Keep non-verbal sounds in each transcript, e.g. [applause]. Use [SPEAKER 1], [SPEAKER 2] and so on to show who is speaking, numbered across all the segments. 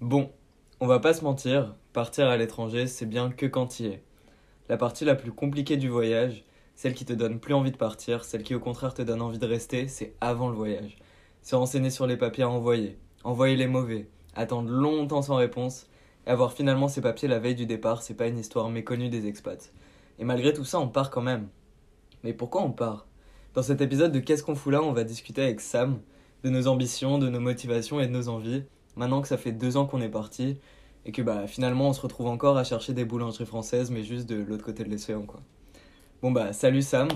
[SPEAKER 1] Bon, on va pas se mentir, partir à l'étranger, c'est bien que quand y est. La partie la plus compliquée du voyage, celle qui te donne plus envie de partir, celle qui au contraire te donne envie de rester, c'est avant le voyage. Se renseigner sur les papiers à envoyer, envoyer les mauvais, attendre longtemps sans réponse, et avoir finalement ses papiers la veille du départ, c'est pas une histoire méconnue des expats. Et malgré tout ça, on part quand même. Mais pourquoi on part Dans cet épisode de Qu'est-ce qu'on fout là, on va discuter avec Sam de nos ambitions, de nos motivations et de nos envies, maintenant que ça fait deux ans qu'on est parti, et que bah finalement on se retrouve encore à chercher des boulangeries françaises, mais juste de l'autre côté de l'océan quoi. Bon bah salut Sam,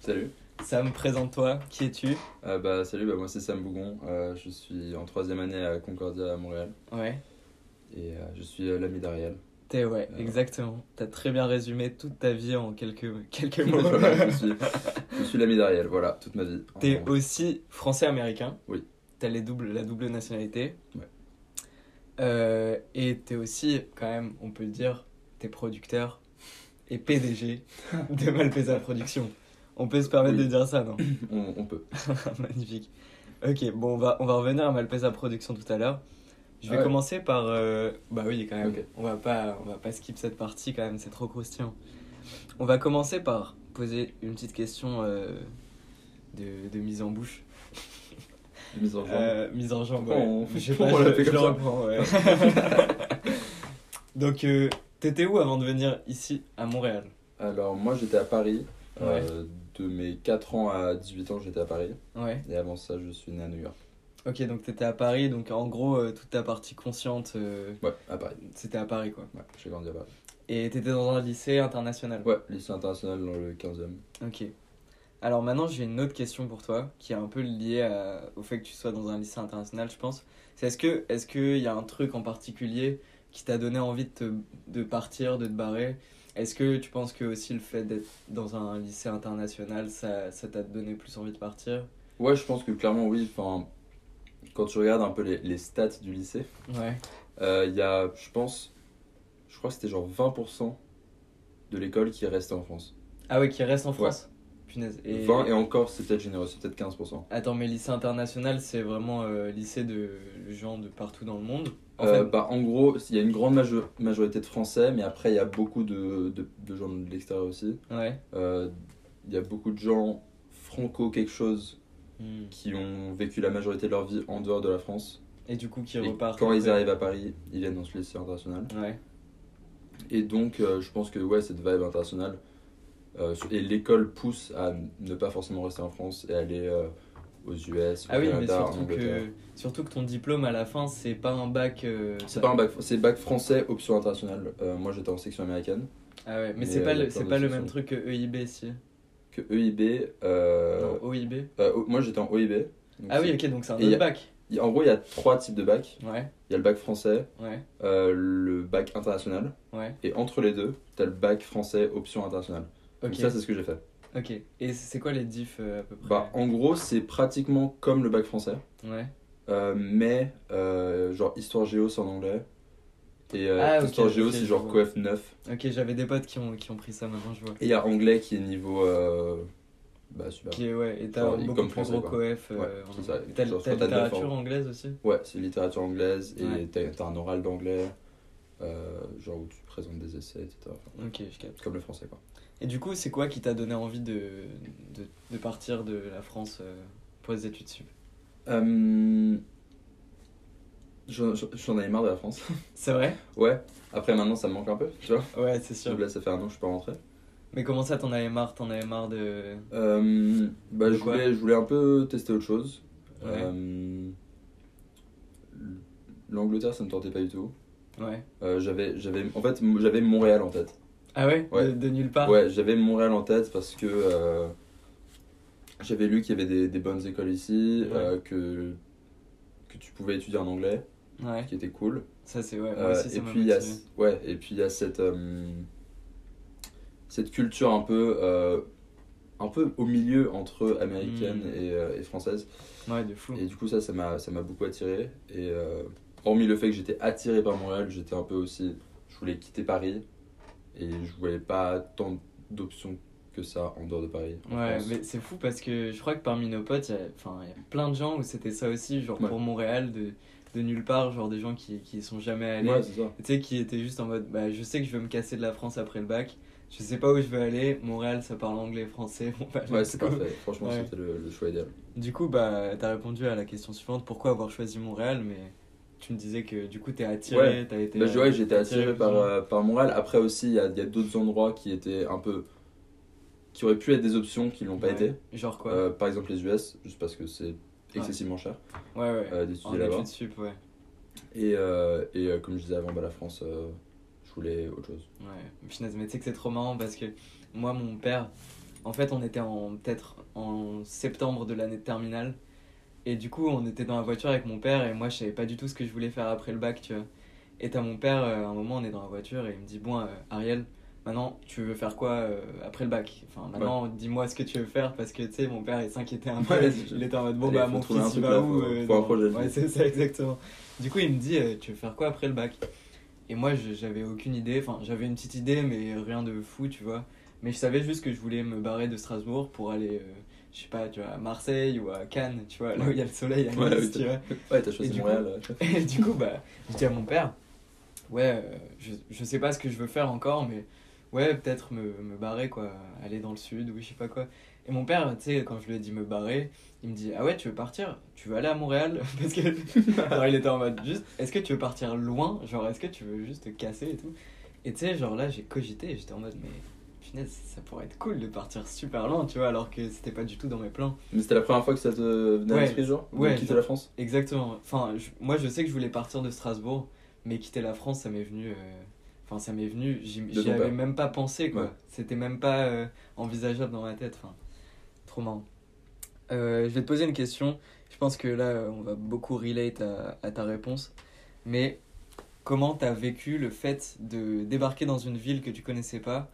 [SPEAKER 2] Salut.
[SPEAKER 1] Sam présente-toi, qui es-tu
[SPEAKER 2] Euh, bah, salut, bah, moi c'est Sam Bougon. Euh, je suis en troisième année à Concordia à Montréal
[SPEAKER 1] Ouais.
[SPEAKER 2] et euh, je suis euh,
[SPEAKER 1] [laughs]
[SPEAKER 2] l'ami d'Ariel.
[SPEAKER 1] T'es ouais,
[SPEAKER 2] Euh.
[SPEAKER 1] exactement. T'as très bien résumé toute ta vie en quelques, quelques mots.
[SPEAKER 2] Voilà, je suis, je suis l'ami d'Ariel, voilà, toute ma vie.
[SPEAKER 1] T'es
[SPEAKER 2] Enfin,
[SPEAKER 1] aussi français-américain.
[SPEAKER 2] Oui.
[SPEAKER 1] T'as les doubles, la double nationalité.
[SPEAKER 2] Ouais.
[SPEAKER 1] Euh, et t'es aussi, quand même, on peut le dire, t'es producteur et
[SPEAKER 2] [laughs]
[SPEAKER 1] PDG de Malpesa Productions. On peut se permettre
[SPEAKER 2] Oui.
[SPEAKER 1] de dire ça, non [laughs] Ah,
[SPEAKER 2] on, on peut.
[SPEAKER 1] Magnifique. Ok, bon, on va, on va revenir à Malpesa Productions tout à l'heure. Je vais
[SPEAKER 2] Ah ouais.
[SPEAKER 1] commencer par. euh, bah oui, quand même.
[SPEAKER 2] Ok.
[SPEAKER 1] On va pas, on va pas skip cette partie quand même, c'est trop croustillant. On va commencer par poser une petite question euh, de, de mise en bouche.
[SPEAKER 2] Mise en jambe.
[SPEAKER 1] Euh, mise en jambe.
[SPEAKER 2] Pourquoi
[SPEAKER 1] ouais.
[SPEAKER 2] on-
[SPEAKER 1] Je sais pas,
[SPEAKER 2] pourquoi on l'a
[SPEAKER 1] je,
[SPEAKER 2] fait
[SPEAKER 1] je le
[SPEAKER 2] comme ça
[SPEAKER 1] reprends, ouais.
[SPEAKER 2] [laughs]
[SPEAKER 1] Donc, euh, t'étais où avant de venir ici à Montréal
[SPEAKER 2] Alors, moi j'étais à Paris. Euh, de mes 4 ans à 18 ans, j'étais à Paris.
[SPEAKER 1] Ouais.
[SPEAKER 2] Et avant ça, je suis né à New York.
[SPEAKER 1] Ok, donc t'étais à Paris, donc en gros, euh, toute ta partie consciente, euh,
[SPEAKER 2] Ouais, à Paris.
[SPEAKER 1] c'était à Paris quoi.
[SPEAKER 2] Ouais, j'ai grandi à Paris.
[SPEAKER 1] Et t'étais dans un lycée international.
[SPEAKER 2] Ouais, lycée international dans le 15e.
[SPEAKER 1] Ok. Alors maintenant, j'ai une autre question pour toi qui est un peu liée à- au fait que tu sois dans un lycée international, je pense. C'est est-ce que est-ce qu'il y a un truc en particulier qui t'a donné envie de, te- de partir, de te barrer Est-ce que tu penses que aussi le fait d'être dans un lycée international, ça ça t'a donné plus envie de partir
[SPEAKER 2] Ouais, je pense que clairement, oui. Enfin, quand tu regardes un peu les- les stats du lycée.
[SPEAKER 1] Ouais.
[SPEAKER 2] Euh, Il y a, je pense, je crois que c'était genre 20% de l'école qui est restée en France.
[SPEAKER 1] Ah ouais, qui reste en
[SPEAKER 2] Ouais.
[SPEAKER 1] France Punaise. Et...
[SPEAKER 2] 20 et encore, c'est peut-être généreux, c'est peut-être 15%.
[SPEAKER 1] Attends, mais lycée international, c'est vraiment euh, lycée de gens de partout dans le monde En
[SPEAKER 2] Euh,
[SPEAKER 1] fait,
[SPEAKER 2] bah, en gros, il y a une grande majo- majorité de Français, mais après, il y a beaucoup de, de, de gens de l'extérieur aussi.
[SPEAKER 1] ouais.
[SPEAKER 2] Euh, Il y a beaucoup de gens franco quelque chose
[SPEAKER 1] Hmm.
[SPEAKER 2] qui ont vécu la majorité de leur vie en dehors de la France.
[SPEAKER 1] Et du coup, qui
[SPEAKER 2] Et
[SPEAKER 1] repartent
[SPEAKER 2] quand ils
[SPEAKER 1] après.
[SPEAKER 2] arrivent à Paris, ils viennent dans ce lycée international.
[SPEAKER 1] Ouais.
[SPEAKER 2] Et donc, euh, je pense que ouais, cette vibe internationale euh, et l'école pousse à ne pas forcément rester en France et aller euh, aux US, au
[SPEAKER 1] Ah oui, mais
[SPEAKER 2] Canada, en
[SPEAKER 1] surtout
[SPEAKER 2] Angleterre.
[SPEAKER 1] que, surtout que ton diplôme à la fin, c'est pas un bac. euh,
[SPEAKER 2] C'est
[SPEAKER 1] t'as-
[SPEAKER 2] pas un bac, c'est bac français option internationale. Euh, moi, j'étais en section américaine.
[SPEAKER 1] Ah ouais, mais,
[SPEAKER 2] mais,
[SPEAKER 1] c'est
[SPEAKER 2] euh,
[SPEAKER 1] pas,
[SPEAKER 2] il y a
[SPEAKER 1] le,
[SPEAKER 2] plein
[SPEAKER 1] c'est pas le
[SPEAKER 2] d'autres
[SPEAKER 1] même
[SPEAKER 2] options.
[SPEAKER 1] truc que EIB, si.
[SPEAKER 2] Que EIB, euh,
[SPEAKER 1] Non, OIB.
[SPEAKER 2] euh, o- moi j'étais en OIB. donc
[SPEAKER 1] Ah oui,
[SPEAKER 2] c'est-
[SPEAKER 1] ok, donc c'est un
[SPEAKER 2] et il y
[SPEAKER 1] autre
[SPEAKER 2] a-
[SPEAKER 1] bac.
[SPEAKER 2] il y a- En gros, il y a trois types de bacs.
[SPEAKER 1] Ouais,
[SPEAKER 2] Il y a le bac français,
[SPEAKER 1] ouais,
[SPEAKER 2] euh, le bac international,
[SPEAKER 1] ouais.
[SPEAKER 2] et entre les deux, t'as le bac français option internationale.
[SPEAKER 1] Ok,
[SPEAKER 2] Donc ça, c'est ce que j'ai fait.
[SPEAKER 1] ok. Et c'est quoi les diffs euh, à peu près
[SPEAKER 2] Bah, en gros, c'est pratiquement comme le bac français.
[SPEAKER 1] Ouais.
[SPEAKER 2] Euh, mais euh, genre histoire géo c'est en anglais et euh,
[SPEAKER 1] Ah, ok,
[SPEAKER 2] histoire géo
[SPEAKER 1] ok, je
[SPEAKER 2] c'est genre
[SPEAKER 1] vois.
[SPEAKER 2] coef 9
[SPEAKER 1] Ok, j'avais des potes qui ont, qui ont pris ça maintenant, je vois.
[SPEAKER 2] et il y a anglais qui est niveau euh, bah super
[SPEAKER 1] Qui est, ouais, et t'as
[SPEAKER 2] Genre,
[SPEAKER 1] un
[SPEAKER 2] il-
[SPEAKER 1] beaucoup
[SPEAKER 2] comme
[SPEAKER 1] plus
[SPEAKER 2] français,
[SPEAKER 1] gros
[SPEAKER 2] quoi.
[SPEAKER 1] coef.
[SPEAKER 2] Ouais,
[SPEAKER 1] euh, en-
[SPEAKER 2] c'est ça.
[SPEAKER 1] Et T'as
[SPEAKER 2] Genre,
[SPEAKER 1] t'as
[SPEAKER 2] soit t'as neuf
[SPEAKER 1] littérature
[SPEAKER 2] ans.
[SPEAKER 1] anglaise aussi
[SPEAKER 2] ouais c'est littérature anglaise et
[SPEAKER 1] Ouais.
[SPEAKER 2] t'as t'as un oral d'anglais euh, genre où tu présentes des essais etc Enfin,
[SPEAKER 1] Ok, je capte.
[SPEAKER 2] comme le français quoi
[SPEAKER 1] Et du coup, c'est quoi qui t'a donné envie de, de, de partir de la France euh, pour les études sup
[SPEAKER 2] Euh, j'en j'en- j'en avais marre de la France [laughs]
[SPEAKER 1] C'est vrai
[SPEAKER 2] ouais après maintenant ça me manque un peu tu vois
[SPEAKER 1] Ouais, c'est sûr.
[SPEAKER 2] Donc là ça fait un an que je suis pas rentré
[SPEAKER 1] Mais comment ça, t'en avais marre T'en avais marre de.
[SPEAKER 2] Euh, bah,
[SPEAKER 1] De
[SPEAKER 2] je,
[SPEAKER 1] quoi
[SPEAKER 2] voulais, je voulais un peu tester autre chose.
[SPEAKER 1] Ouais.
[SPEAKER 2] Euh, L'Angleterre, ça me tentait pas du tout.
[SPEAKER 1] Ouais.
[SPEAKER 2] Euh, j'avais, j'avais, en fait, m- j'avais Montréal en tête.
[SPEAKER 1] Ah ouais,
[SPEAKER 2] Ouais.
[SPEAKER 1] De, de nulle part
[SPEAKER 2] Ouais, j'avais Montréal en tête parce que euh, j'avais lu qu'il y avait des, des bonnes écoles ici,
[SPEAKER 1] Ouais.
[SPEAKER 2] euh, que, que tu pouvais étudier en anglais,
[SPEAKER 1] Ouais.
[SPEAKER 2] qui était cool.
[SPEAKER 1] Ça, c'est ouais. Moi
[SPEAKER 2] Euh,
[SPEAKER 1] aussi, ça
[SPEAKER 2] et
[SPEAKER 1] m'a
[SPEAKER 2] puis il y a,
[SPEAKER 1] motivé.
[SPEAKER 2] ouais, et puis il y a cette, euh, cette culture un peu, euh, un peu au milieu entre américaine
[SPEAKER 1] Mm.
[SPEAKER 2] et, euh, et française.
[SPEAKER 1] Ouais, de fou.
[SPEAKER 2] Et du coup ça, ça m'a, ça m'a beaucoup attiré. Et euh, hormis le fait que j'étais attiré par Montréal, j'étais un peu aussi, je voulais quitter Paris et je voyais pas tant d'options que ça en dehors de Paris. en
[SPEAKER 1] Ouais,
[SPEAKER 2] France.
[SPEAKER 1] mais c'est fou parce que je crois que parmi nos potes, il y a- enfin, il y a plein de gens où c'était ça aussi, genre
[SPEAKER 2] Ouais.
[SPEAKER 1] pour Montréal, de, de nulle part, genre des gens qui, qui y sont jamais allés.
[SPEAKER 2] Ouais, c'est ça.
[SPEAKER 1] Tu sais, qui étaient juste en mode, bah, je sais que je vais me casser de la France après le bac, je sais pas où je vais aller, Montréal, ça parle anglais, français, [laughs] bon, bah,
[SPEAKER 2] Ouais,
[SPEAKER 1] let's
[SPEAKER 2] c'est
[SPEAKER 1] go.
[SPEAKER 2] parfait. Franchement,
[SPEAKER 1] Ouais.
[SPEAKER 2] c'était le, le choix idéal.
[SPEAKER 1] Du coup, bah, t'as répondu à la question suivante, pourquoi avoir choisi Montréal, mais tu me disais que du coup, t'es attiré, t'as été...
[SPEAKER 2] Bah, je- ouais, j'ai été
[SPEAKER 1] t'as
[SPEAKER 2] attiré
[SPEAKER 1] plus
[SPEAKER 2] par,
[SPEAKER 1] ou moins.
[SPEAKER 2] euh, par Montréal. Après aussi, il y a, il y a d'autres endroits qui étaient un peu. qui auraient pu être des options qui l'ont pas
[SPEAKER 1] Ouais.
[SPEAKER 2] été.
[SPEAKER 1] Genre quoi
[SPEAKER 2] Euh, par exemple, les US, juste parce que c'est excessivement cher
[SPEAKER 1] Ouais, ouais.
[SPEAKER 2] euh, d'étudier
[SPEAKER 1] en
[SPEAKER 2] là-bas.
[SPEAKER 1] études sup, ouais.
[SPEAKER 2] Et, euh, et euh, comme je disais avant, bah, la France, euh, je voulais autre chose.
[SPEAKER 1] Ouais, punaise, mais tu sais que c'est trop marrant parce que moi, mon père, en fait, on était en peut-être en septembre de l'année de terminale. Et du coup, on était dans la voiture avec mon père et moi, je savais pas du tout ce que je voulais faire après le bac, tu vois. Et t'as mon père, euh, à un moment, on est dans la voiture et il me dit Bon, euh, Ariel, maintenant, tu veux faire quoi euh, après le bac Enfin, maintenant, dis-moi ce que tu veux faire parce que, tu sais, mon père, il s'inquiétait un peu.
[SPEAKER 2] Ouais, c'est
[SPEAKER 1] il était en mode Bon,
[SPEAKER 2] Allez,
[SPEAKER 1] bah,
[SPEAKER 2] faut
[SPEAKER 1] mon
[SPEAKER 2] trouver
[SPEAKER 1] fils,
[SPEAKER 2] un
[SPEAKER 1] il
[SPEAKER 2] truc,
[SPEAKER 1] va
[SPEAKER 2] là,
[SPEAKER 1] où
[SPEAKER 2] faut-
[SPEAKER 1] euh,
[SPEAKER 2] faut un
[SPEAKER 1] dans-
[SPEAKER 2] projet de vie.
[SPEAKER 1] Ouais, c'est ça, exactement. Du coup, il me dit, euh, tu veux faire quoi après le bac Et moi, je- j'avais aucune idée. Enfin, j'avais une petite idée, mais rien de fou, tu vois. Mais je savais juste que je voulais me barrer de Strasbourg pour aller, euh, je sais pas, tu vois, à Marseille ou à Cannes, tu vois, là où il y a le soleil, à
[SPEAKER 2] Ouais,
[SPEAKER 1] Nice,
[SPEAKER 2] oui,
[SPEAKER 1] tu vois.
[SPEAKER 2] Ouais, t'as
[SPEAKER 1] Et
[SPEAKER 2] choisi
[SPEAKER 1] du
[SPEAKER 2] Montréal. euh,
[SPEAKER 1] [laughs] Et du coup, bah, je dis à mon père, ouais, euh, je, je sais pas ce que je veux faire encore, mais ouais, peut-être me, me barrer, quoi, aller dans le sud ou je sais pas quoi. Et mon père, tu sais, quand je lui ai dit me barrer, il me dit, ah ouais, tu veux partir Tu veux aller à Montréal [laughs] Parce que, genre, il était en mode, juste, est-ce que tu veux partir loin Genre, est-ce que tu veux juste te casser et tout Et tu sais, genre là, j'ai cogité et j'étais en mode, mais punaise, ça pourrait être cool de partir super loin, tu vois, alors que c'était pas du tout dans mes plans.
[SPEAKER 2] Mais c'était la première fois que ça te venait à
[SPEAKER 1] Ouais.
[SPEAKER 2] l'esprit, genre de
[SPEAKER 1] Ouais,
[SPEAKER 2] quitter
[SPEAKER 1] genre-
[SPEAKER 2] la France
[SPEAKER 1] Exactement. Enfin, je- moi, je sais que je voulais partir de Strasbourg, mais quitter la France, ça m'est venu. euh, Enfin, ça m'est venu. J'y
[SPEAKER 2] De
[SPEAKER 1] j'y
[SPEAKER 2] ton
[SPEAKER 1] avais
[SPEAKER 2] père.
[SPEAKER 1] même pas pensé, quoi.
[SPEAKER 2] Ouais.
[SPEAKER 1] C'était même pas euh, envisageable dans ma tête. Enfin, trop marrant. Euh, je vais te poser une question. Je pense que là, euh, on va beaucoup relate à, à ta réponse. Mais comment t'as vécu le fait de débarquer dans une ville que tu connaissais pas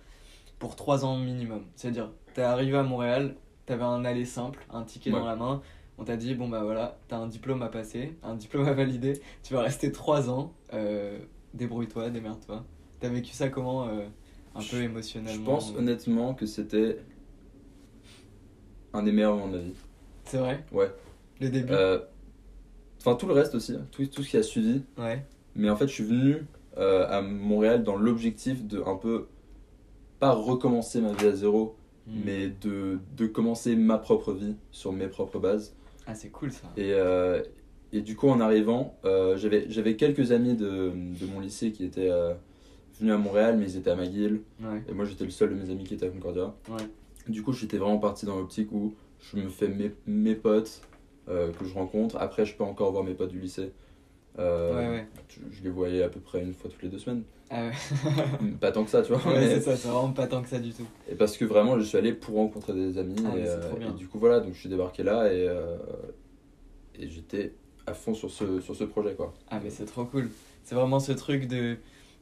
[SPEAKER 1] pour trois ans minimum C'est-à-dire, t'es arrivé à Montréal, t'avais un aller simple, un ticket
[SPEAKER 2] Ouais.
[SPEAKER 1] dans la main. On t'a dit, bon bah voilà, t'as un diplôme à passer, un diplôme à valider, tu vas rester trois ans, euh, débrouille-toi, démerde-toi. T'as vécu ça comment euh, Un
[SPEAKER 2] Je-
[SPEAKER 1] peu
[SPEAKER 2] Je
[SPEAKER 1] émotionnellement
[SPEAKER 2] pense euh, honnêtement que c'était un des meilleurs moments de ma vie.
[SPEAKER 1] C'est vrai
[SPEAKER 2] Ouais.
[SPEAKER 1] Le début
[SPEAKER 2] Euh, Enfin, tout le reste aussi, hein. tout, tout ce qui a suivi.
[SPEAKER 1] Ouais.
[SPEAKER 2] Mais en fait, je suis venu euh, à Montréal dans l'objectif de un peu, pas recommencer ma vie à zéro,
[SPEAKER 1] Hmm.
[SPEAKER 2] mais de, de commencer ma propre vie sur mes propres bases.
[SPEAKER 1] Ah, c'est cool ça.
[SPEAKER 2] Et, euh, et du coup, en arrivant, euh, j'avais j'avais quelques amis de, de mon lycée qui étaient euh, venus à Montréal, mais ils étaient à McGill.
[SPEAKER 1] Ouais.
[SPEAKER 2] Et moi, j'étais le seul de mes amis qui était à Concordia.
[SPEAKER 1] Ouais.
[SPEAKER 2] Du coup, j'étais vraiment parti dans l'optique où je me fais mes, mes potes euh, que je rencontre. Après, je peux encore voir mes potes du lycée. Euh,
[SPEAKER 1] ouais, ouais.
[SPEAKER 2] Je, je les voyais à peu près une fois toutes les deux semaines.
[SPEAKER 1] Ah
[SPEAKER 2] [laughs]
[SPEAKER 1] ouais. [laughs]
[SPEAKER 2] pas tant que ça, tu vois.
[SPEAKER 1] Ouais,
[SPEAKER 2] mais-
[SPEAKER 1] c'est ça, c'est vraiment pas tant que ça du tout.
[SPEAKER 2] et parce que vraiment, je suis allé pour rencontrer des amis.
[SPEAKER 1] Ah, mais
[SPEAKER 2] et,
[SPEAKER 1] c'est
[SPEAKER 2] euh,
[SPEAKER 1] trop bien.
[SPEAKER 2] et du coup, voilà, donc je suis débarqué là et, euh, et j'étais à fond sur ce, sur ce projet, quoi.
[SPEAKER 1] Ah, mais c'est trop cool. C'est vraiment ce truc de.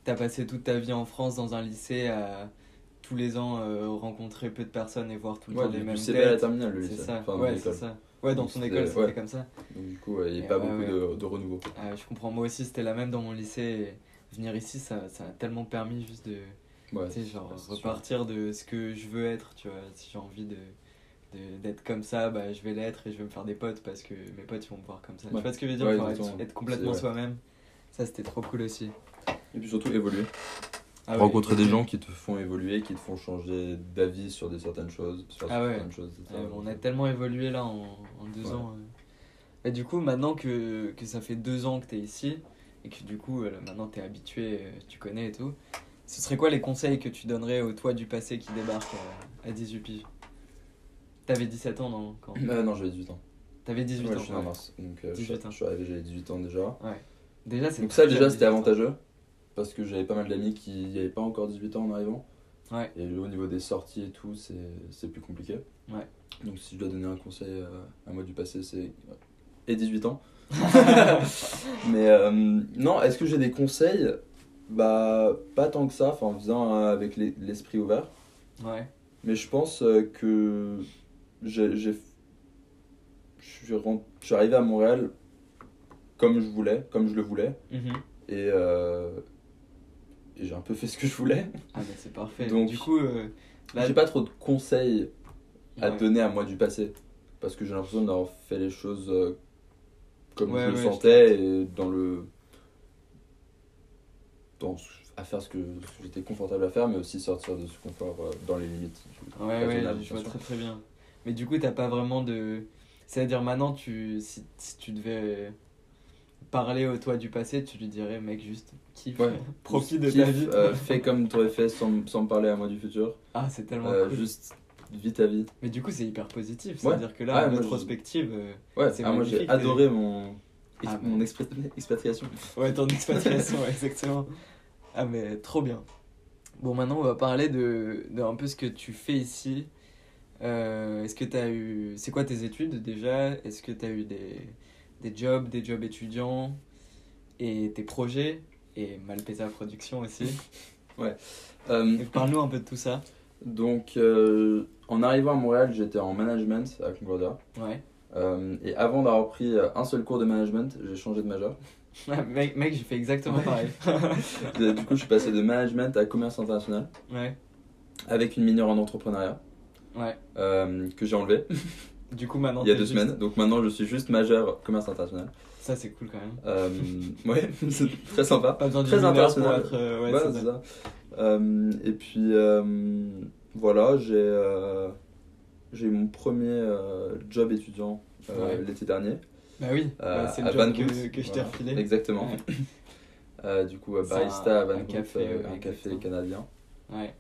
[SPEAKER 1] T'as passé toute ta vie en France dans un lycée à tous les ans euh, rencontrer peu de personnes et voir tout le
[SPEAKER 2] Ouais,
[SPEAKER 1] temps les
[SPEAKER 2] du
[SPEAKER 1] mêmes
[SPEAKER 2] CP à la
[SPEAKER 1] têtes.
[SPEAKER 2] terminale, le
[SPEAKER 1] C'est
[SPEAKER 2] lycée.
[SPEAKER 1] ça.
[SPEAKER 2] Enfin, dans
[SPEAKER 1] ouais, c'est
[SPEAKER 2] l'école.
[SPEAKER 1] ça. Ouais, dans
[SPEAKER 2] Donc,
[SPEAKER 1] ton
[SPEAKER 2] c'était-
[SPEAKER 1] école, c'était
[SPEAKER 2] ouais.
[SPEAKER 1] comme ça.
[SPEAKER 2] Donc, du coup, ouais, il n'y
[SPEAKER 1] Et
[SPEAKER 2] a pas
[SPEAKER 1] ouais,
[SPEAKER 2] beaucoup De, de renouveau.
[SPEAKER 1] Ah, je comprends, moi aussi, c'était la même dans mon lycée. et venir ici, ça, ça a tellement permis juste de.
[SPEAKER 2] Ouais,
[SPEAKER 1] Tu sais, genre,
[SPEAKER 2] c'est sûr.
[SPEAKER 1] repartir de ce que je veux être, tu vois. Si j'ai envie de de- d'être comme ça, bah, je vais l'être et je vais me faire des potes parce que mes potes ils vont me voir comme ça. Tu
[SPEAKER 2] Ouais.
[SPEAKER 1] vois ce que je veux dire
[SPEAKER 2] Ouais,
[SPEAKER 1] Genre, être,
[SPEAKER 2] exactement.
[SPEAKER 1] être complètement
[SPEAKER 2] C'est- ouais.
[SPEAKER 1] soi-même. Ça, c'était trop cool aussi.
[SPEAKER 2] Et puis surtout, évoluer.
[SPEAKER 1] Ah ouais,
[SPEAKER 2] Rencontrer des
[SPEAKER 1] ok.
[SPEAKER 2] gens qui te font évoluer, qui te font changer d'avis sur des certaines choses. Sur
[SPEAKER 1] Ah ouais.
[SPEAKER 2] certaines choses etc.
[SPEAKER 1] Ouais, on a tellement évolué là en, en deux
[SPEAKER 2] Ouais.
[SPEAKER 1] ans. euh. Et du coup, maintenant que, que ça fait deux ans que tu es ici, et que du coup, euh, maintenant tu es habitué, euh, tu connais et tout, ce serait quoi les conseils que tu donnerais au toi du passé qui débarque euh, à 18 piges T'avais 17 ans, non quand...
[SPEAKER 2] Euh, non, j'avais 18 ans.
[SPEAKER 1] T'avais 18
[SPEAKER 2] Ouais,
[SPEAKER 1] ans.
[SPEAKER 2] je suis né en
[SPEAKER 1] ouais.
[SPEAKER 2] mars. Donc, euh, je-
[SPEAKER 1] 18 ans.
[SPEAKER 2] je suis arrivé, j'avais 18 ans déjà.
[SPEAKER 1] Déjà, c'est
[SPEAKER 2] Donc
[SPEAKER 1] très
[SPEAKER 2] ça
[SPEAKER 1] jeune,
[SPEAKER 2] déjà c'était
[SPEAKER 1] 18 ans.
[SPEAKER 2] avantageux parce que j'avais pas mal d'amis qui n'avaient pas encore 18 ans en arrivant.
[SPEAKER 1] Ouais.
[SPEAKER 2] Et au niveau des sorties et tout, c'est c'est plus compliqué.
[SPEAKER 1] Ouais.
[SPEAKER 2] Donc si je dois donner un conseil euh, à moi du passé, c'est euh, et
[SPEAKER 1] [laughs]
[SPEAKER 2] 18 ans. Mais euh, non, est-ce que j'ai des conseils Bah pas tant que ça, enfin en faisant euh, avec les- l'esprit ouvert.
[SPEAKER 1] Ouais,
[SPEAKER 2] Mais je pense euh, que j'ai, j'ai- je suis rent- je suis arrivé à Montréal comme je voulais, comme je le voulais
[SPEAKER 1] Mhm.
[SPEAKER 2] et, euh, et j'ai un peu fait ce que je voulais.
[SPEAKER 1] Ah, bah c'est parfait.
[SPEAKER 2] Donc-
[SPEAKER 1] du coup, euh, là,
[SPEAKER 2] J'ai pas trop de conseils à
[SPEAKER 1] ouais.
[SPEAKER 2] donner à moi du passé parce que j'ai l'impression d'avoir fait les choses euh, comme
[SPEAKER 1] Ouais,
[SPEAKER 2] je le
[SPEAKER 1] ouais, je
[SPEAKER 2] sentais et dans le dans ce- à faire ce que j'étais confortable à faire mais aussi sortir de ce confort euh, dans les limites du-
[SPEAKER 1] Ouais, ouais,
[SPEAKER 2] raisonnables,
[SPEAKER 1] je vois
[SPEAKER 2] bien sûr.
[SPEAKER 1] très très bien. Mais du coup, t'as pas vraiment de. C'est-à-dire, maintenant, tu... Si, si tu devais parler au toi du passé, tu lui dirais, mec, juste kiffe,
[SPEAKER 2] Ouais.
[SPEAKER 1] [laughs] profite de
[SPEAKER 2] Kiffe,
[SPEAKER 1] ta vie.
[SPEAKER 2] euh, fais comme t'aurais fait sans, sans me parler à moi du futur
[SPEAKER 1] Ah, c'est tellement
[SPEAKER 2] Euh,
[SPEAKER 1] cool.
[SPEAKER 2] juste vis ta vie
[SPEAKER 1] Mais du coup, c'est hyper positif.
[SPEAKER 2] Ouais.
[SPEAKER 1] C'est-à-dire que là,
[SPEAKER 2] Ah,
[SPEAKER 1] en
[SPEAKER 2] moi, je-
[SPEAKER 1] rétrospective, euh,
[SPEAKER 2] ouais
[SPEAKER 1] C'est
[SPEAKER 2] ah, moi
[SPEAKER 1] magnifique,
[SPEAKER 2] j'ai adoré mon
[SPEAKER 1] Ah,
[SPEAKER 2] mon expri- [laughs] expatriation
[SPEAKER 1] ouais, ton expatriation, ouais, exactement. Ah, mais trop bien. Bon, maintenant, on va parler de, de un peu ce que tu fais ici. Euh, Est-ce que t'as eu. C'est quoi tes études déjà Est-ce que t'as eu des, des jobs, des jobs étudiants et tes projets et Malpesa Production
[SPEAKER 2] [laughs]
[SPEAKER 1] aussi.
[SPEAKER 2] Euh,
[SPEAKER 1] Et Parle-nous un peu de tout ça.
[SPEAKER 2] donc euh, en arrivant à Montréal j'étais en management à Concordia
[SPEAKER 1] Ouais.
[SPEAKER 2] Euh, et avant d'avoir pris euh, un seul cours de management, j'ai changé
[SPEAKER 1] [laughs]
[SPEAKER 2] de major.
[SPEAKER 1] Ah, mec, mec j'ai fait exactement
[SPEAKER 2] [laughs]
[SPEAKER 1] pareil.
[SPEAKER 2] Et du coup, je suis passé de management à commerce international
[SPEAKER 1] ouais.
[SPEAKER 2] avec une mineure en entrepreneuriat
[SPEAKER 1] Ouais.
[SPEAKER 2] euh, que j'ai enlevée
[SPEAKER 1] Du coup, maintenant.
[SPEAKER 2] il y a
[SPEAKER 1] t'es
[SPEAKER 2] deux
[SPEAKER 1] juste-
[SPEAKER 2] semaines. Donc maintenant, je suis juste majeur commerce international.
[SPEAKER 1] Ça, c'est cool quand même.
[SPEAKER 2] Euh, ouais, [laughs] c'est très sympa.
[SPEAKER 1] Pas besoin d'une
[SPEAKER 2] Très
[SPEAKER 1] mineure pour
[SPEAKER 2] international.
[SPEAKER 1] être. euh, ouais,
[SPEAKER 2] Voilà,
[SPEAKER 1] c'est
[SPEAKER 2] c'est
[SPEAKER 1] ça.
[SPEAKER 2] ça. Euh, et puis euh, voilà, j'ai euh, j'ai eu mon premier euh, job étudiant euh,
[SPEAKER 1] Ouais.
[SPEAKER 2] l'été dernier.
[SPEAKER 1] Bah oui,
[SPEAKER 2] euh,
[SPEAKER 1] bah, c'est
[SPEAKER 2] à
[SPEAKER 1] le
[SPEAKER 2] Van
[SPEAKER 1] job que,
[SPEAKER 2] Hoot.
[SPEAKER 1] que je t'ai
[SPEAKER 2] Voilà.
[SPEAKER 1] refilé.
[SPEAKER 2] Exactement.
[SPEAKER 1] Ouais.
[SPEAKER 2] [laughs] Euh, du coup, à
[SPEAKER 1] C'est
[SPEAKER 2] barista
[SPEAKER 1] un-
[SPEAKER 2] à Van
[SPEAKER 1] un
[SPEAKER 2] Hoot,
[SPEAKER 1] café,
[SPEAKER 2] euh,
[SPEAKER 1] ouais,
[SPEAKER 2] un café
[SPEAKER 1] exactement.
[SPEAKER 2] canadien.
[SPEAKER 1] Ouais.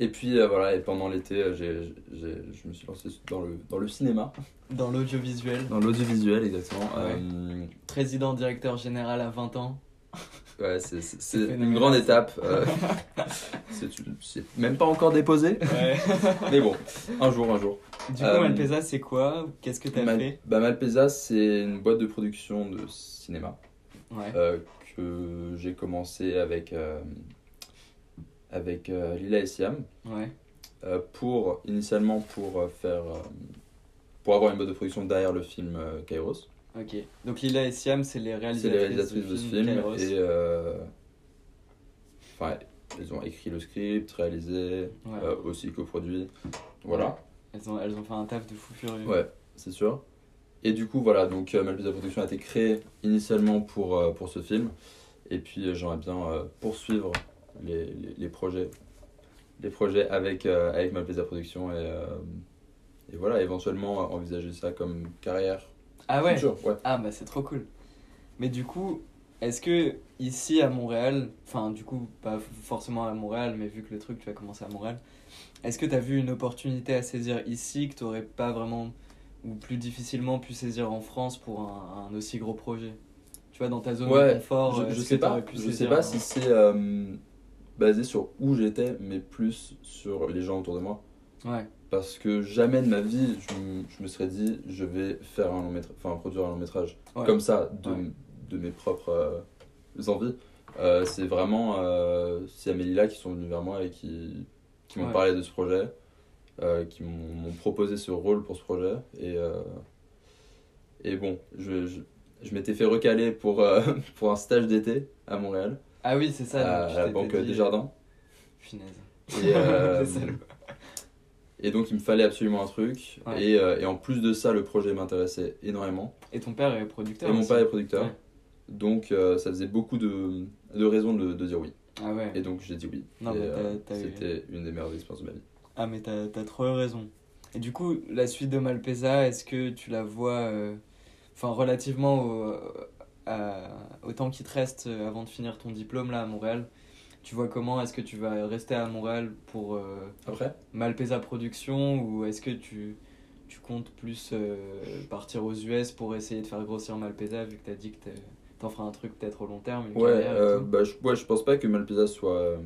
[SPEAKER 2] Et puis euh, voilà, et pendant l'été, euh, j'ai, j'ai- je me suis lancé dans le, dans le cinéma.
[SPEAKER 1] Dans l'audiovisuel,
[SPEAKER 2] Dans l'audiovisuel, exactement.
[SPEAKER 1] Ouais.
[SPEAKER 2] Euh,
[SPEAKER 1] président directeur général à 20 ans.
[SPEAKER 2] ouais, c'est, c'est- c'est une
[SPEAKER 1] phénoménal,
[SPEAKER 2] grande
[SPEAKER 1] ça.
[SPEAKER 2] étape.
[SPEAKER 1] [laughs]
[SPEAKER 2] euh, c'est, c'est même pas encore déposé,
[SPEAKER 1] Ouais.
[SPEAKER 2] [laughs] mais bon, un jour, un jour.
[SPEAKER 1] [laughs] du coup,
[SPEAKER 2] Euh,
[SPEAKER 1] Malpesa, c'est quoi Qu'est-ce que t'as
[SPEAKER 2] Mal-
[SPEAKER 1] fait
[SPEAKER 2] bah, Malpesa, c'est une boîte de production de cinéma
[SPEAKER 1] Ouais.
[SPEAKER 2] euh, que j'ai commencé avec, euh, avec euh, Lila et Siam.
[SPEAKER 1] Ouais.
[SPEAKER 2] euh, pour initialement pour euh, faire euh, pour avoir une boîte de production derrière le film euh, Kairos.
[SPEAKER 1] Ok. Donc Lila et Siam, c'est les
[SPEAKER 2] C'est
[SPEAKER 1] réalisatrices,
[SPEAKER 2] les réalisatrices de
[SPEAKER 1] du
[SPEAKER 2] ce film
[SPEAKER 1] Kairos.
[SPEAKER 2] et euh, enfin elles ont écrit le script, réalisé,
[SPEAKER 1] Ouais.
[SPEAKER 2] euh, aussi coproduit. Voilà,
[SPEAKER 1] Elles, ont, elles ont fait un taf de fou furieux.
[SPEAKER 2] Ouais. c'est sûr. Et du coup voilà donc euh, Malpesa Production a été créée initialement pour euh, pour ce film et puis euh, j'aimerais bien euh, poursuivre les, les, les projets les projets avec euh, avec Malpesa Production et euh, et voilà, éventuellement euh, envisager ça comme carrière
[SPEAKER 1] Ah ouais
[SPEAKER 2] Futur, ouais.
[SPEAKER 1] Ah bah c'est trop cool. Mais du coup, est-ce que ici à Montréal, enfin du coup pas f- forcément à Montréal, mais vu que le truc tu as commencé à Montréal, est-ce que tu as vu une opportunité à saisir ici que tu n'aurais pas vraiment ou plus difficilement pu saisir en France pour un, un aussi gros projet Tu vois, dans ta zone
[SPEAKER 2] Ouais,
[SPEAKER 1] de confort, euh,
[SPEAKER 2] je,
[SPEAKER 1] est-ce
[SPEAKER 2] je
[SPEAKER 1] que
[SPEAKER 2] sais pas,
[SPEAKER 1] t'aurais pu
[SPEAKER 2] je sais
[SPEAKER 1] saisir
[SPEAKER 2] pas
[SPEAKER 1] un-
[SPEAKER 2] si c'est euh, basé sur où j'étais, mais plus sur les gens autour de moi.
[SPEAKER 1] Ouais,
[SPEAKER 2] Parce que jamais de ma vie, je, m- je me serais dit, je vais faire un long métrage, enfin produire un long métrage.
[SPEAKER 1] Ouais.
[SPEAKER 2] Comme ça, de,
[SPEAKER 1] Ouais.
[SPEAKER 2] de mes propres euh, envies. Euh, c'est vraiment euh, c'est Amélie là qui sont venues vers moi et qui, qui m'ont
[SPEAKER 1] Ouais.
[SPEAKER 2] parlé de ce projet, euh, qui m'ont m'ont proposé ce rôle pour ce projet. Et, euh, et bon, je, je, je m'étais fait recaler pour, euh, [laughs] pour un stage d'été à Montréal,
[SPEAKER 1] Ah oui, c'est ça.
[SPEAKER 2] à,
[SPEAKER 1] donc tu
[SPEAKER 2] la
[SPEAKER 1] t'étais
[SPEAKER 2] Banque
[SPEAKER 1] dit,
[SPEAKER 2] des Jardins.
[SPEAKER 1] Finesse.
[SPEAKER 2] Et,
[SPEAKER 1] [laughs]
[SPEAKER 2] euh,
[SPEAKER 1] C'est salaud.
[SPEAKER 2] et donc, il me fallait absolument un truc.
[SPEAKER 1] Ouais.
[SPEAKER 2] Et, euh, et en plus de ça, le projet m'intéressait énormément.
[SPEAKER 1] Et ton père est producteur
[SPEAKER 2] Et mon
[SPEAKER 1] aussi.
[SPEAKER 2] père est producteur.
[SPEAKER 1] Ouais.
[SPEAKER 2] Donc euh, ça faisait beaucoup de, de raisons de, de dire oui.
[SPEAKER 1] Ah ouais.
[SPEAKER 2] Et donc j'ai dit oui.
[SPEAKER 1] Non,
[SPEAKER 2] Et,
[SPEAKER 1] mais t'as-
[SPEAKER 2] euh,
[SPEAKER 1] t'as eu-
[SPEAKER 2] C'était une des meilleures expériences de ma vie.
[SPEAKER 1] Ah mais t'as, t'as trop eu raison. Et du coup, la suite de Malpesa, est-ce que tu la vois, euh, enfin relativement au, à- au temps qui te reste euh, avant de finir ton diplôme là à Montréal, tu vois comment est-ce que tu vas rester à Montréal pour euh,
[SPEAKER 2] Après
[SPEAKER 1] Malpesa Production ou est-ce que tu, tu comptes plus euh, partir aux US pour essayer de faire grossir Malpesa vu que t'as dit que t'es- t'en feras un truc peut-être au long terme, une
[SPEAKER 2] Ouais,
[SPEAKER 1] carrière et
[SPEAKER 2] euh,
[SPEAKER 1] tout.
[SPEAKER 2] bah, je, ouais, je pense pas que Malpesa soit euh,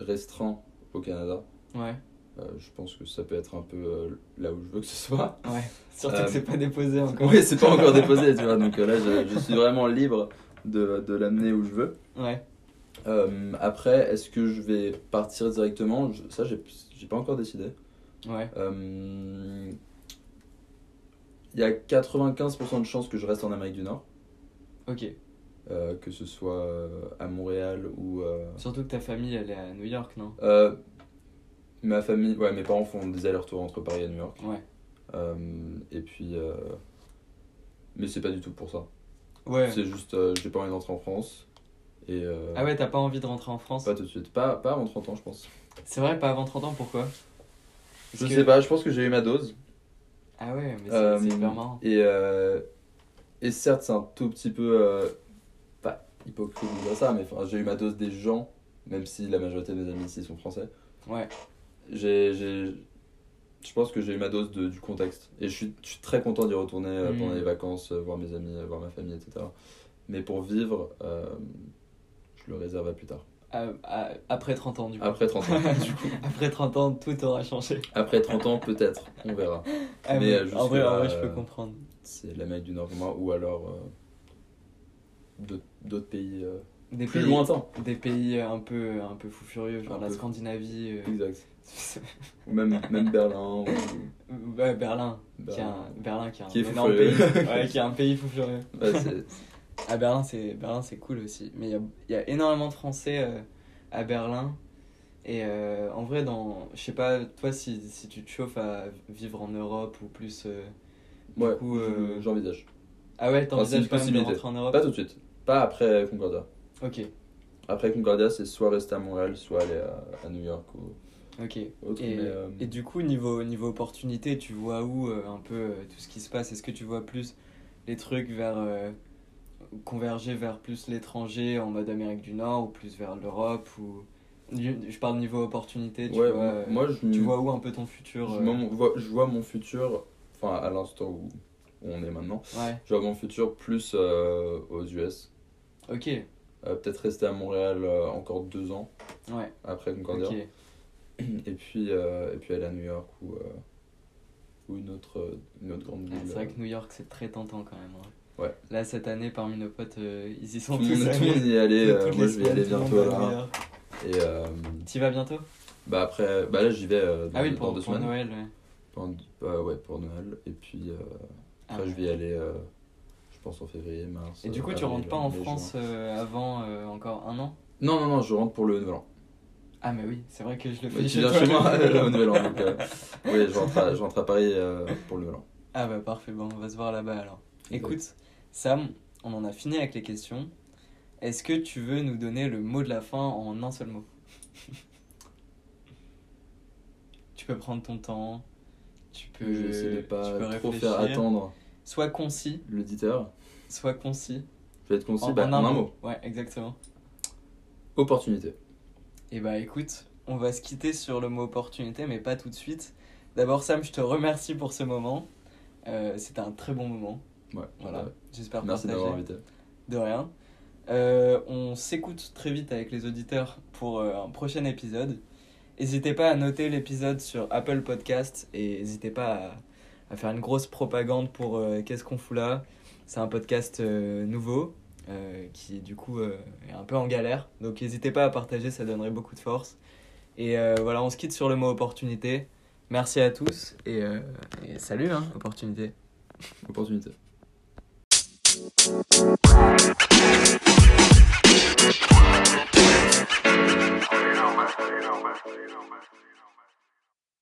[SPEAKER 2] restreint au Canada.
[SPEAKER 1] Ouais,
[SPEAKER 2] Euh, je pense que ça peut être un peu euh, là où je veux que ce soit.
[SPEAKER 1] ouais. Surtout
[SPEAKER 2] [laughs] Euh,
[SPEAKER 1] que c'est pas déposé encore.
[SPEAKER 2] Oui, c'est pas encore déposé, tu vois. Donc euh, là, je, je suis vraiment libre de, de l'amener où je veux.
[SPEAKER 1] Ouais,
[SPEAKER 2] Euh, après, est-ce que je vais partir directement Je- Ça, j'ai j'ai pas encore décidé.
[SPEAKER 1] ouais,
[SPEAKER 2] Euh, Il y a 95% de chances que je reste en Amérique du Nord,
[SPEAKER 1] ok.
[SPEAKER 2] euh, que ce soit euh, à Montréal ou. euh,
[SPEAKER 1] Surtout que ta famille, elle est à New York, non
[SPEAKER 2] euh, ma famille, ouais, mes parents font des allers-retours entre Paris Euh, et New York.
[SPEAKER 1] Ouais.
[SPEAKER 2] Euh, et puis, euh, Mais c'est pas du tout pour ça.
[SPEAKER 1] Ouais.
[SPEAKER 2] C'est juste, euh, j'ai pas envie d'entrer en France. Et euh,
[SPEAKER 1] Ah ouais, t'as pas envie de rentrer en France
[SPEAKER 2] Pas tout de suite. Pas, pas avant 30 ans, je pense.
[SPEAKER 1] C'est vrai, pas avant 30 ans, pourquoi Parce
[SPEAKER 2] je
[SPEAKER 1] que-
[SPEAKER 2] sais pas, je pense que j'ai eu ma dose.
[SPEAKER 1] Ah ouais, mais c'est
[SPEAKER 2] Euh,
[SPEAKER 1] c'est hyper marrant.
[SPEAKER 2] Et, euh, et certes, c'est un tout petit peu. euh, pas hypocrite de dire ça, mais enfin, j'ai eu ma dose des gens, même si la majorité de mes amis ici sont français.
[SPEAKER 1] Ouais.
[SPEAKER 2] J'ai. j'ai- Je pense que j'ai eu ma dose de- du contexte. Et je suis, je suis très content d'y retourner euh,
[SPEAKER 1] Mm.
[SPEAKER 2] pendant les vacances, euh, voir mes amis, euh, voir ma famille, etc. Mais pour vivre, euh, je le réserve à plus tard.
[SPEAKER 1] À- à- Ah, après 30 ans, du coup.
[SPEAKER 2] Après 30
[SPEAKER 1] [laughs]
[SPEAKER 2] ans, du coup.
[SPEAKER 1] Après 30 ans, tout aura changé.
[SPEAKER 2] Après 30 ans, peut-être, on verra.
[SPEAKER 1] Ah
[SPEAKER 2] Mais,
[SPEAKER 1] oui,
[SPEAKER 2] euh,
[SPEAKER 1] en, vrai,
[SPEAKER 2] jusque-là,
[SPEAKER 1] en vrai, je peux
[SPEAKER 2] euh,
[SPEAKER 1] comprendre.
[SPEAKER 2] C'est l'Amérique du Nord pour moi, ou alors euh, d'autres- d'autres pays euh,
[SPEAKER 1] Des
[SPEAKER 2] plus
[SPEAKER 1] pays,
[SPEAKER 2] lointains.
[SPEAKER 1] Des pays euh, un peu, un peu fou furieux, genre
[SPEAKER 2] Un
[SPEAKER 1] la
[SPEAKER 2] peu.
[SPEAKER 1] Scandinavie, euh, [laughs]
[SPEAKER 2] Exact. [laughs] Ou même, même Berlin. ou-
[SPEAKER 1] ouais, Berlin, Qui est
[SPEAKER 2] Berlin.
[SPEAKER 1] un, Berlin qui est un
[SPEAKER 2] Qui est fou
[SPEAKER 1] énorme pays.
[SPEAKER 2] furieux.
[SPEAKER 1] ouais, qui est un pays fou furieux.
[SPEAKER 2] Ouais, c'est-
[SPEAKER 1] À Berlin, c'est Berlin, c'est cool aussi. Mais il y a, il y a énormément de Français euh, à Berlin. Et euh, en vrai, dans, je sais pas, toi, si, si tu te chauffes à vivre en Europe ou plus. euh, du
[SPEAKER 2] ouais,
[SPEAKER 1] coup, euh,
[SPEAKER 2] je- j'envisage.
[SPEAKER 1] Ah ouais, t'envisages
[SPEAKER 2] une
[SPEAKER 1] quand même de
[SPEAKER 2] possibilité.
[SPEAKER 1] rentrer en Europe
[SPEAKER 2] Pas tout de suite. Pas après Concordia.
[SPEAKER 1] Ok,
[SPEAKER 2] Après Concordia, c'est soit rester à Montréal, soit aller à, à New York ou
[SPEAKER 1] ok.
[SPEAKER 2] autre.
[SPEAKER 1] Et,
[SPEAKER 2] mais, euh,
[SPEAKER 1] et du coup, niveau, niveau opportunité, tu vois où euh, un peu euh, tout ce qui se passe Est-ce que tu vois plus les trucs vers. euh, converger vers plus l'étranger en mode Amérique du Nord ou plus vers l'Europe ou. Je parle niveau opportunité, tu
[SPEAKER 2] ouais,
[SPEAKER 1] vois. euh,
[SPEAKER 2] moi, je,
[SPEAKER 1] Tu
[SPEAKER 2] m-
[SPEAKER 1] vois où un peu ton futur
[SPEAKER 2] Mm. je
[SPEAKER 1] euh,
[SPEAKER 2] m'en- vois- je vois mon futur, enfin à l'instant où où on est maintenant,
[SPEAKER 1] Ouais,
[SPEAKER 2] je vois mon futur plus euh, aux US.
[SPEAKER 1] ok.
[SPEAKER 2] Euh, peut-être rester à Montréal euh, encore deux ans
[SPEAKER 1] Ouais,
[SPEAKER 2] après Concordia.
[SPEAKER 1] ok. Ah,
[SPEAKER 2] Et, puis, euh, et puis aller à New York ou, euh, ou une, autre, euh, une autre grande ville.
[SPEAKER 1] Ouais, Ah, C'est vrai
[SPEAKER 2] euh.
[SPEAKER 1] que New York, c'est très tentant quand même. ouais.
[SPEAKER 2] Ouais.
[SPEAKER 1] Là, cette année, parmi nos potes, euh, ils y
[SPEAKER 2] Tout
[SPEAKER 1] sont
[SPEAKER 2] le
[SPEAKER 1] tous.
[SPEAKER 2] monde, tout le
[SPEAKER 1] allés.
[SPEAKER 2] monde y est allé, euh,
[SPEAKER 1] Toutes
[SPEAKER 2] moi
[SPEAKER 1] les
[SPEAKER 2] je vais y
[SPEAKER 1] semaines,
[SPEAKER 2] aller
[SPEAKER 1] tout le monde
[SPEAKER 2] bientôt
[SPEAKER 1] va à New
[SPEAKER 2] là.
[SPEAKER 1] York.
[SPEAKER 2] Et euh,
[SPEAKER 1] T'y vas bientôt
[SPEAKER 2] bah après, bah là j'y vais euh, dans,
[SPEAKER 1] Ah oui,
[SPEAKER 2] dans
[SPEAKER 1] pour,
[SPEAKER 2] deux
[SPEAKER 1] pour
[SPEAKER 2] semaines.
[SPEAKER 1] Noël. Ouais.
[SPEAKER 2] Pendant- bah ouais, pour Noël. Et puis euh,
[SPEAKER 1] Ah
[SPEAKER 2] après
[SPEAKER 1] ouais.
[SPEAKER 2] je vais y aller, euh, je pense en février, mars.
[SPEAKER 1] Et du
[SPEAKER 2] euh,
[SPEAKER 1] coup, tu
[SPEAKER 2] avril,
[SPEAKER 1] rentres pas en
[SPEAKER 2] mai,
[SPEAKER 1] France
[SPEAKER 2] juin.
[SPEAKER 1] euh, avant euh, encore un an
[SPEAKER 2] Non, non, non, je rentre pour le Nouvel An.
[SPEAKER 1] Ah, mais oui, c'est vrai que je le
[SPEAKER 2] Ouais,
[SPEAKER 1] fais
[SPEAKER 2] tu
[SPEAKER 1] chez
[SPEAKER 2] viens
[SPEAKER 1] toi. [laughs]
[SPEAKER 2] chez moi là, [laughs] au Nouvel An. donc, euh, oui, je rentre, à, je rentre à Paris euh, pour le Nouvel An.
[SPEAKER 1] Ah, bah parfait, bon, on va se voir là-bas alors. Écoute, Sam, on en a fini avec les questions. Est-ce que tu veux nous donner le mot de la fin en un seul mot [laughs] Tu peux prendre ton temps, tu
[SPEAKER 2] Je
[SPEAKER 1] peux,
[SPEAKER 2] vais essayer de pas
[SPEAKER 1] tu peux
[SPEAKER 2] trop
[SPEAKER 1] réfléchir.
[SPEAKER 2] faire attendre
[SPEAKER 1] Soit concis,
[SPEAKER 2] l'auditeur.
[SPEAKER 1] soit concis.
[SPEAKER 2] Je vais être concis bah, en, un mot.
[SPEAKER 1] Ouais, exactement.
[SPEAKER 2] Opportunité.
[SPEAKER 1] Et bah écoute, on va se quitter sur le mot opportunité, mais pas tout de suite. D'abord, Sam, je te remercie pour ce moment. Euh, C'était un très bon moment.
[SPEAKER 2] Ouais,
[SPEAKER 1] Voilà,
[SPEAKER 2] voilà.
[SPEAKER 1] j'espère
[SPEAKER 2] Merci
[SPEAKER 1] partager.
[SPEAKER 2] d'avoir invité.
[SPEAKER 1] De rien. Euh, on s'écoute très vite avec les auditeurs pour euh, un prochain épisode. N'hésitez pas à noter l'épisode sur Apple Podcast et n'hésitez pas à, à faire une grosse propagande pour euh, Qu'est-ce qu'on fout là C'est un podcast euh, nouveau euh, qui du coup euh, est un peu en galère. Donc n'hésitez pas à partager, ça donnerait beaucoup de force. Et euh, voilà, on se quitte sur le mot opportunité. Merci à tous et, euh, et salut, hein, opportunité.
[SPEAKER 2] Opportunité.